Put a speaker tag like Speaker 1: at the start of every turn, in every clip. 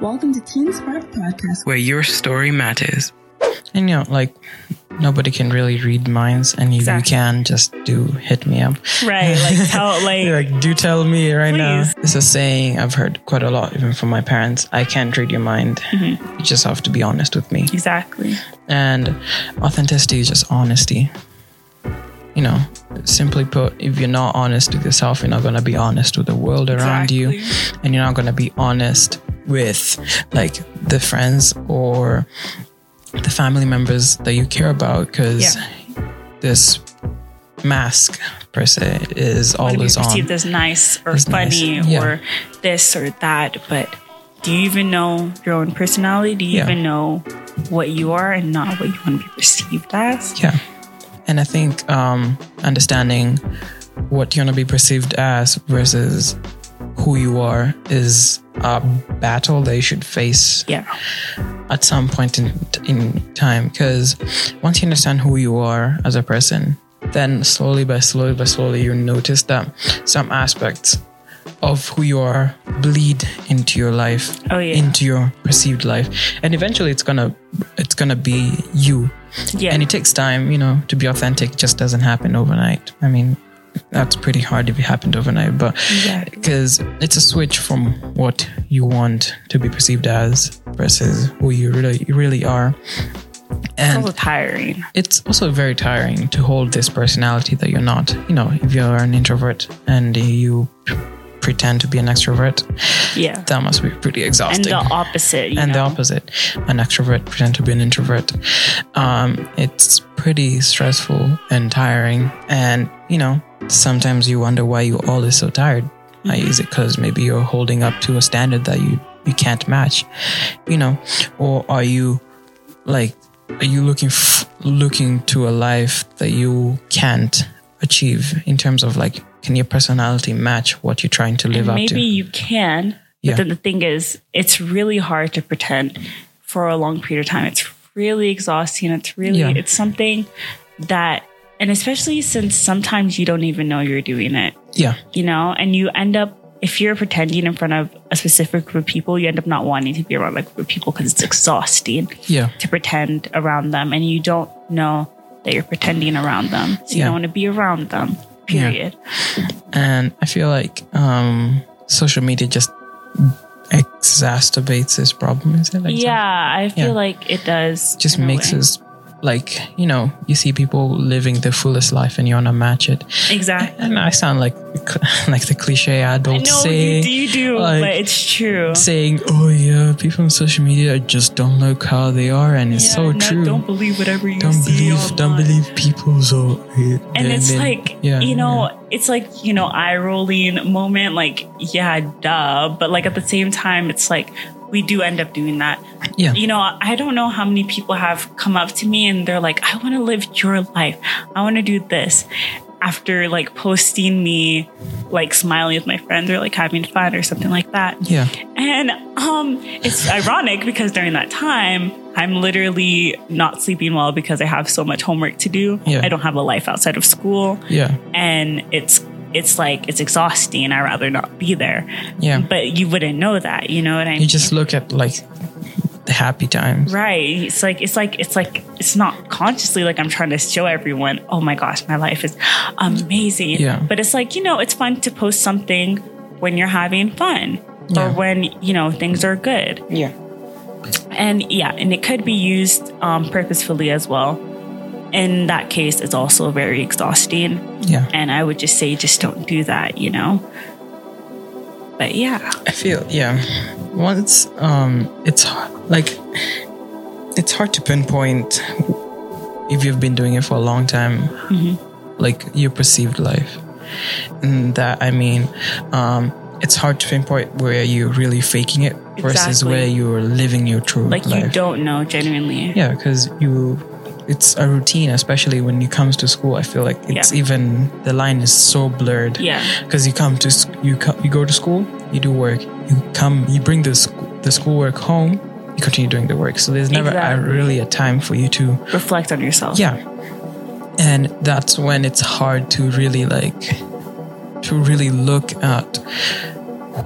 Speaker 1: Welcome to Teen Spark Podcast.
Speaker 2: where your story matters.
Speaker 3: And you know, like nobody can really read minds, and if
Speaker 4: Exactly.
Speaker 3: you can, just do hit me up.
Speaker 4: Right. Like tell like,
Speaker 3: Like, do tell me right now.
Speaker 4: Please.
Speaker 3: It's a saying I've heard quite a lot, even from my parents. I can't read your mind.
Speaker 4: Mm-hmm.
Speaker 3: You just have to be honest with me.
Speaker 4: exactly.
Speaker 3: And authenticity is just honesty. You know, simply put, if you're not honest with yourself, you're not going to be honest with the world around you,
Speaker 4: Exactly.
Speaker 3: and you're not going to be honest with like the friends or the family members that you care about because
Speaker 4: Yeah.
Speaker 3: this mask per se is
Speaker 4: Want to be
Speaker 3: always on.
Speaker 4: perceived as nice or
Speaker 3: As nice,
Speaker 4: funny
Speaker 3: yeah.
Speaker 4: or this or that, but do you even know your own personality? Do you
Speaker 3: Yeah.
Speaker 4: even know what you are and not what you want to be perceived as?
Speaker 3: Yeah. And I think um, understanding what you want to be perceived as versus who you are is a battle that you should face
Speaker 4: Yeah.
Speaker 3: at some point in, in time. Because once you understand who you are as a person, then slowly by slowly by slowly, you notice that some aspects of who you are bleed into your life
Speaker 4: Oh, yeah.
Speaker 3: into your perceived life and eventually it's gonna it's gonna be you
Speaker 4: Yeah.
Speaker 3: and it takes time, you know, to be authentic. It just doesn't happen overnight. I mean, that's pretty hard if it happened overnight, but
Speaker 4: Exactly.
Speaker 3: because it's a switch from what you want to be perceived as versus who you really really are.
Speaker 4: it's
Speaker 3: And
Speaker 4: also tiring.
Speaker 3: it's also very tiring to hold this personality that you're not. You know, if you're an introvert and you p- pretend to be an extrovert,
Speaker 4: Yeah.
Speaker 3: that must be pretty
Speaker 4: and
Speaker 3: exhausting
Speaker 4: the opposite. You
Speaker 3: and the
Speaker 4: know?
Speaker 3: opposite an extrovert pretend to be an introvert um, it's pretty stressful and tiring and you know sometimes you wonder why you all is so tired Uh, is it because maybe you're holding up to a standard that you you can't match you know or are you like are you looking f- looking to a life that you can't achieve in terms of like can your personality match what you're trying to live up
Speaker 4: Maybe
Speaker 3: to
Speaker 4: you can, but
Speaker 3: Yeah.
Speaker 4: then the thing is, it's really hard to pretend for a long period of time. It's really exhausting. It's really,
Speaker 3: Yeah.
Speaker 4: it's something that, and especially since sometimes you don't even know you're doing it,
Speaker 3: yeah
Speaker 4: you know, and you end up, if you're pretending in front of a specific group of people, you end up not wanting to be around that group of people because it's exhausting
Speaker 3: yeah
Speaker 4: to pretend around them and you don't know that you're pretending around them. So you
Speaker 3: Yeah.
Speaker 4: don't want to be around them, period.
Speaker 3: and I feel like um, social media just exacerbates this problem. Is it like
Speaker 4: yeah, I feel
Speaker 3: Yeah.
Speaker 4: like it does.
Speaker 3: that? just
Speaker 4: in a
Speaker 3: makes
Speaker 4: way.
Speaker 3: us like you know you see people living their fullest life and you wanna match it.
Speaker 4: exactly.
Speaker 3: And I sound like like the cliche
Speaker 4: I
Speaker 3: adult
Speaker 4: know
Speaker 3: saying
Speaker 4: you do, you do
Speaker 3: like,
Speaker 4: but it's true.
Speaker 3: saying, "Oh yeah, people on social media just don't look how they are," and it's
Speaker 4: Yeah,
Speaker 3: so
Speaker 4: no,
Speaker 3: true.
Speaker 4: Don't believe whatever you
Speaker 3: Don't
Speaker 4: see
Speaker 3: believe, don't
Speaker 4: online.
Speaker 3: believe people. So eh,
Speaker 4: And
Speaker 3: they-
Speaker 4: it's
Speaker 3: they-
Speaker 4: like
Speaker 3: yeah,
Speaker 4: you
Speaker 3: yeah.
Speaker 4: know, it's like you know, eye rolling moment. Like yeah, duh. But like at the same time, it's like we do end up doing that.
Speaker 3: Yeah.
Speaker 4: You know, I don't know how many people have come up to me and they're like, "I want to live your life. I want to do this." After like posting me, like smiling with my friends or like having fun or something like that.
Speaker 3: yeah,
Speaker 4: And um, it's ironic because during that time, I'm literally not sleeping well because I have so much homework to do.
Speaker 3: Yeah.
Speaker 4: I don't have a life outside of school,
Speaker 3: yeah,
Speaker 4: and it's it's like it's exhausting. I would rather not be there.
Speaker 3: yeah.
Speaker 4: But you wouldn't know that, you know what I
Speaker 3: You
Speaker 4: mean?
Speaker 3: just look at like the happy times.
Speaker 4: Right. It's like it's like it's like it's not consciously like I'm trying to show everyone, oh my gosh, my life is amazing.
Speaker 3: Yeah.
Speaker 4: But it's like, you know, it's fun to post something when you're having fun
Speaker 3: Yeah.
Speaker 4: or when, you know, things are good.
Speaker 3: Yeah.
Speaker 4: And yeah, and it could be used um, purposefully as well. In that case, it's also very exhausting.
Speaker 3: Yeah.
Speaker 4: And I would just say, just don't do that, you know? But yeah,
Speaker 3: I feel yeah. Once um, it's hard, like it's hard to pinpoint if you've been doing it for a long time,
Speaker 4: Mm-hmm.
Speaker 3: like your perceived life. And that I mean, um, it's hard to pinpoint where you're really faking it versus
Speaker 4: Exactly.
Speaker 3: where you're living your true
Speaker 4: like
Speaker 3: life.
Speaker 4: you don't know genuinely.
Speaker 3: Yeah, because you, it's a routine, especially when it comes to school. I feel like it's
Speaker 4: Yeah.
Speaker 3: even the line is so blurred.
Speaker 4: Yeah.
Speaker 3: because you come to sc- you co- you go to school, you do work, you come, you bring the sc- the schoolwork home, you continue doing the work. So there's never
Speaker 4: Exactly.
Speaker 3: a, really a time for you to
Speaker 4: Reflect on yourself.
Speaker 3: yeah, and that's when it's hard to really like to really look at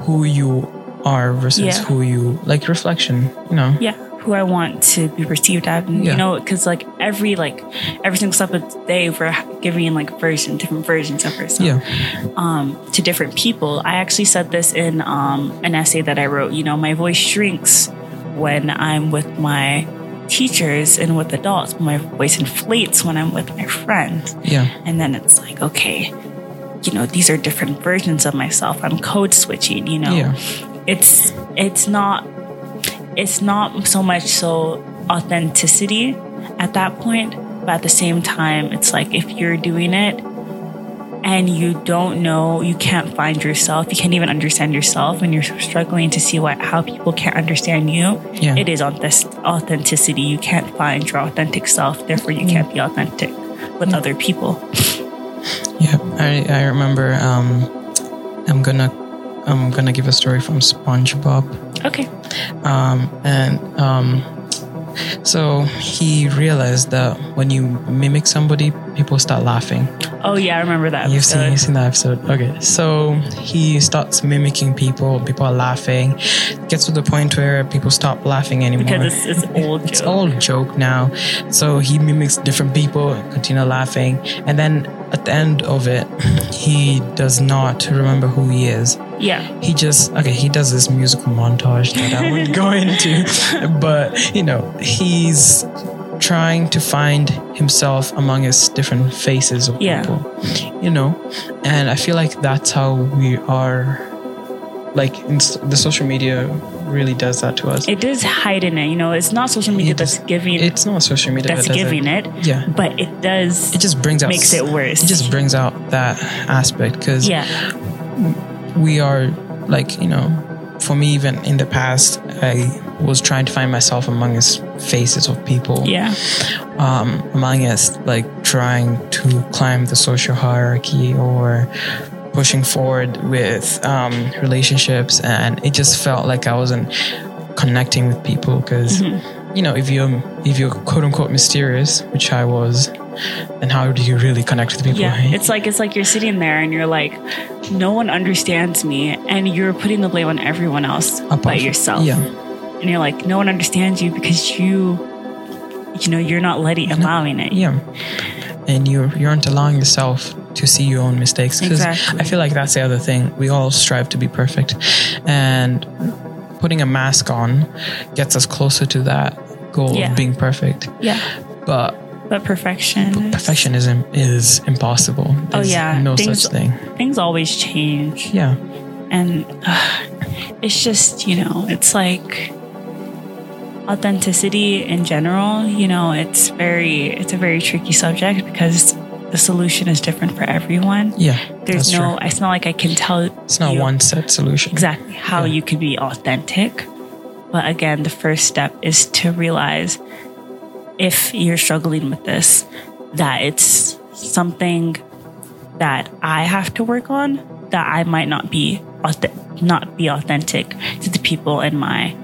Speaker 3: who you are versus
Speaker 4: Yeah.
Speaker 3: who you like reflection, you know.
Speaker 4: yeah who i want to be perceived as and,
Speaker 3: Yeah.
Speaker 4: you know because like every like every single step of the day we're giving like version different versions of ourselves
Speaker 3: Yeah.
Speaker 4: um, to different people i actually said this in um, an essay that i wrote you know my voice shrinks when i'm with my teachers and with adults but my voice inflates when i'm with my friends
Speaker 3: Yeah.
Speaker 4: and then it's like okay you know these are different versions of myself i'm code switching you know
Speaker 3: Yeah.
Speaker 4: it's it's not it's not so much so authenticity at that point but at the same time it's like if you're doing it and you don't know you can't find yourself you can't even understand yourself and you're struggling to see what how people can't understand you
Speaker 3: Yeah.
Speaker 4: it is on this authenticity you can't find your authentic self therefore you can't be authentic with other people
Speaker 3: Yeah, I, I remember. Um, I'm gonna I'm gonna give a story from SpongeBob,
Speaker 4: okay
Speaker 3: um, and um, so he realized that when you mimic somebody, people start laughing.
Speaker 4: oh yeah i remember that
Speaker 3: You've seen you've
Speaker 4: episode.
Speaker 3: seen that episode. Okay, so he starts mimicking people. People are laughing. Gets to the point where people stop laughing anymore
Speaker 4: because it's, it's old
Speaker 3: it's
Speaker 4: joke.
Speaker 3: all joke now. So he mimics different people, continue laughing, and then at the end of it, he does not remember who he is.
Speaker 4: yeah
Speaker 3: He just okay, he does this musical montage that I won't go into, but you know, he's trying to find himself among his different faces of
Speaker 4: Yeah.
Speaker 3: people. You know, and I feel like that's how we are like in, s- the social media really does that to us.
Speaker 4: it does heighten it. You know, it's not social media
Speaker 3: It does-
Speaker 4: that's giving
Speaker 3: it's not social media
Speaker 4: that's
Speaker 3: that does it.
Speaker 4: giving it,
Speaker 3: Yeah.
Speaker 4: but it does
Speaker 3: it just brings out
Speaker 4: makes it worse.
Speaker 3: it just brings out that aspect because
Speaker 4: yeah,
Speaker 3: we are like you know for me even in the past i was trying to find myself among his faces of people
Speaker 4: yeah,
Speaker 3: um among us like trying to climb the social hierarchy or pushing forward with um relationships and it just felt like i wasn't connecting with people because
Speaker 4: Mm-hmm.
Speaker 3: you know if you're if you're quote unquote mysterious which i was and how do you really connect with people
Speaker 4: yeah.
Speaker 3: right?
Speaker 4: It's like it's like you're sitting there and you're like, no one understands me, and you're putting the blame on everyone else
Speaker 3: Apart
Speaker 4: but
Speaker 3: from-
Speaker 4: yourself.
Speaker 3: yeah
Speaker 4: And you're like, no one understands you because you, you know, you're not letting allowing it.
Speaker 3: yeah and you you aren't allowing yourself to see your own mistakes 'Cause
Speaker 4: Exactly.
Speaker 3: i feel like that's the other thing we all strive to be perfect and putting a mask on gets us closer to that goal
Speaker 4: Yeah.
Speaker 3: of being perfect
Speaker 4: yeah.
Speaker 3: but
Speaker 4: But perfection, is-
Speaker 3: perfectionism is impossible
Speaker 4: Oh,
Speaker 3: There's
Speaker 4: yeah.
Speaker 3: no
Speaker 4: Things-
Speaker 3: such thing
Speaker 4: things always change.
Speaker 3: yeah
Speaker 4: and uh, it's just you know it's like authenticity in general you know it's very it's a very tricky subject because the solution is different for everyone
Speaker 3: yeah
Speaker 4: there's
Speaker 3: that's
Speaker 4: no
Speaker 3: true.
Speaker 4: it's not like i can tell
Speaker 3: it's not
Speaker 4: you
Speaker 3: one set solution
Speaker 4: exactly how
Speaker 3: Yeah.
Speaker 4: you can be authentic but again the first step is to realize if you're struggling with this that it's something that I have to work on that I might not be auth- not be authentic to the people in my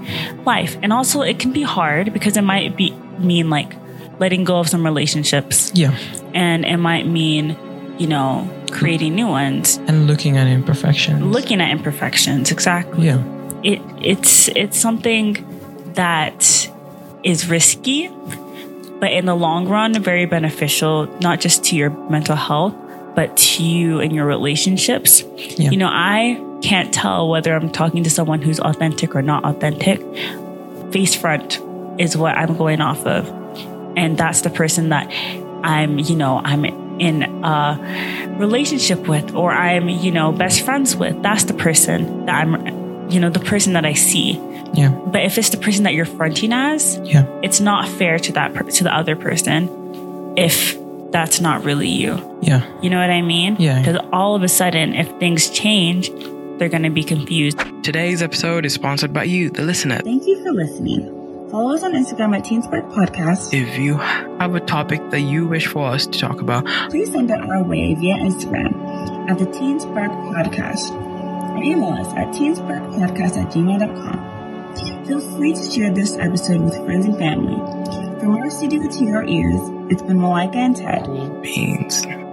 Speaker 4: life. And also it can be hard because it might be mean like letting go of some relationships
Speaker 3: yeah
Speaker 4: and it might mean, you know, creating new ones,
Speaker 3: and looking at imperfections
Speaker 4: looking at imperfections exactly.
Speaker 3: yeah
Speaker 4: It it's it's something that is risky but in the long run very beneficial not just to your mental health but to you and your relationships
Speaker 3: Yeah.
Speaker 4: you know i can't tell whether i'm talking to someone who's authentic or not authentic face front is what i'm going off of and that's the person that i'm you know i'm in a relationship with or i'm you know best friends with that's the person that i'm you know the person that i see
Speaker 3: yeah
Speaker 4: but if it's the person that you're fronting as
Speaker 3: yeah
Speaker 4: it's not fair to that per- to the other person if that's not really you.
Speaker 3: yeah
Speaker 4: You know what I mean?
Speaker 3: Yeah.
Speaker 4: Because all of a sudden, if things change, they're going to be confused.
Speaker 2: Today's episode is sponsored by you, the listener.
Speaker 1: Thank you for listening. Follow us on Instagram at Teen Spark Podcast.
Speaker 2: If you have a topic that you wish for us to talk about,
Speaker 1: Please send it our way via Instagram at the Teen Spark Podcast or email us at teensparkpodcast at gmail.com. Feel free to share this episode with friends and family. From our studio to your ears, it's been Malika and Ted.
Speaker 2: beans.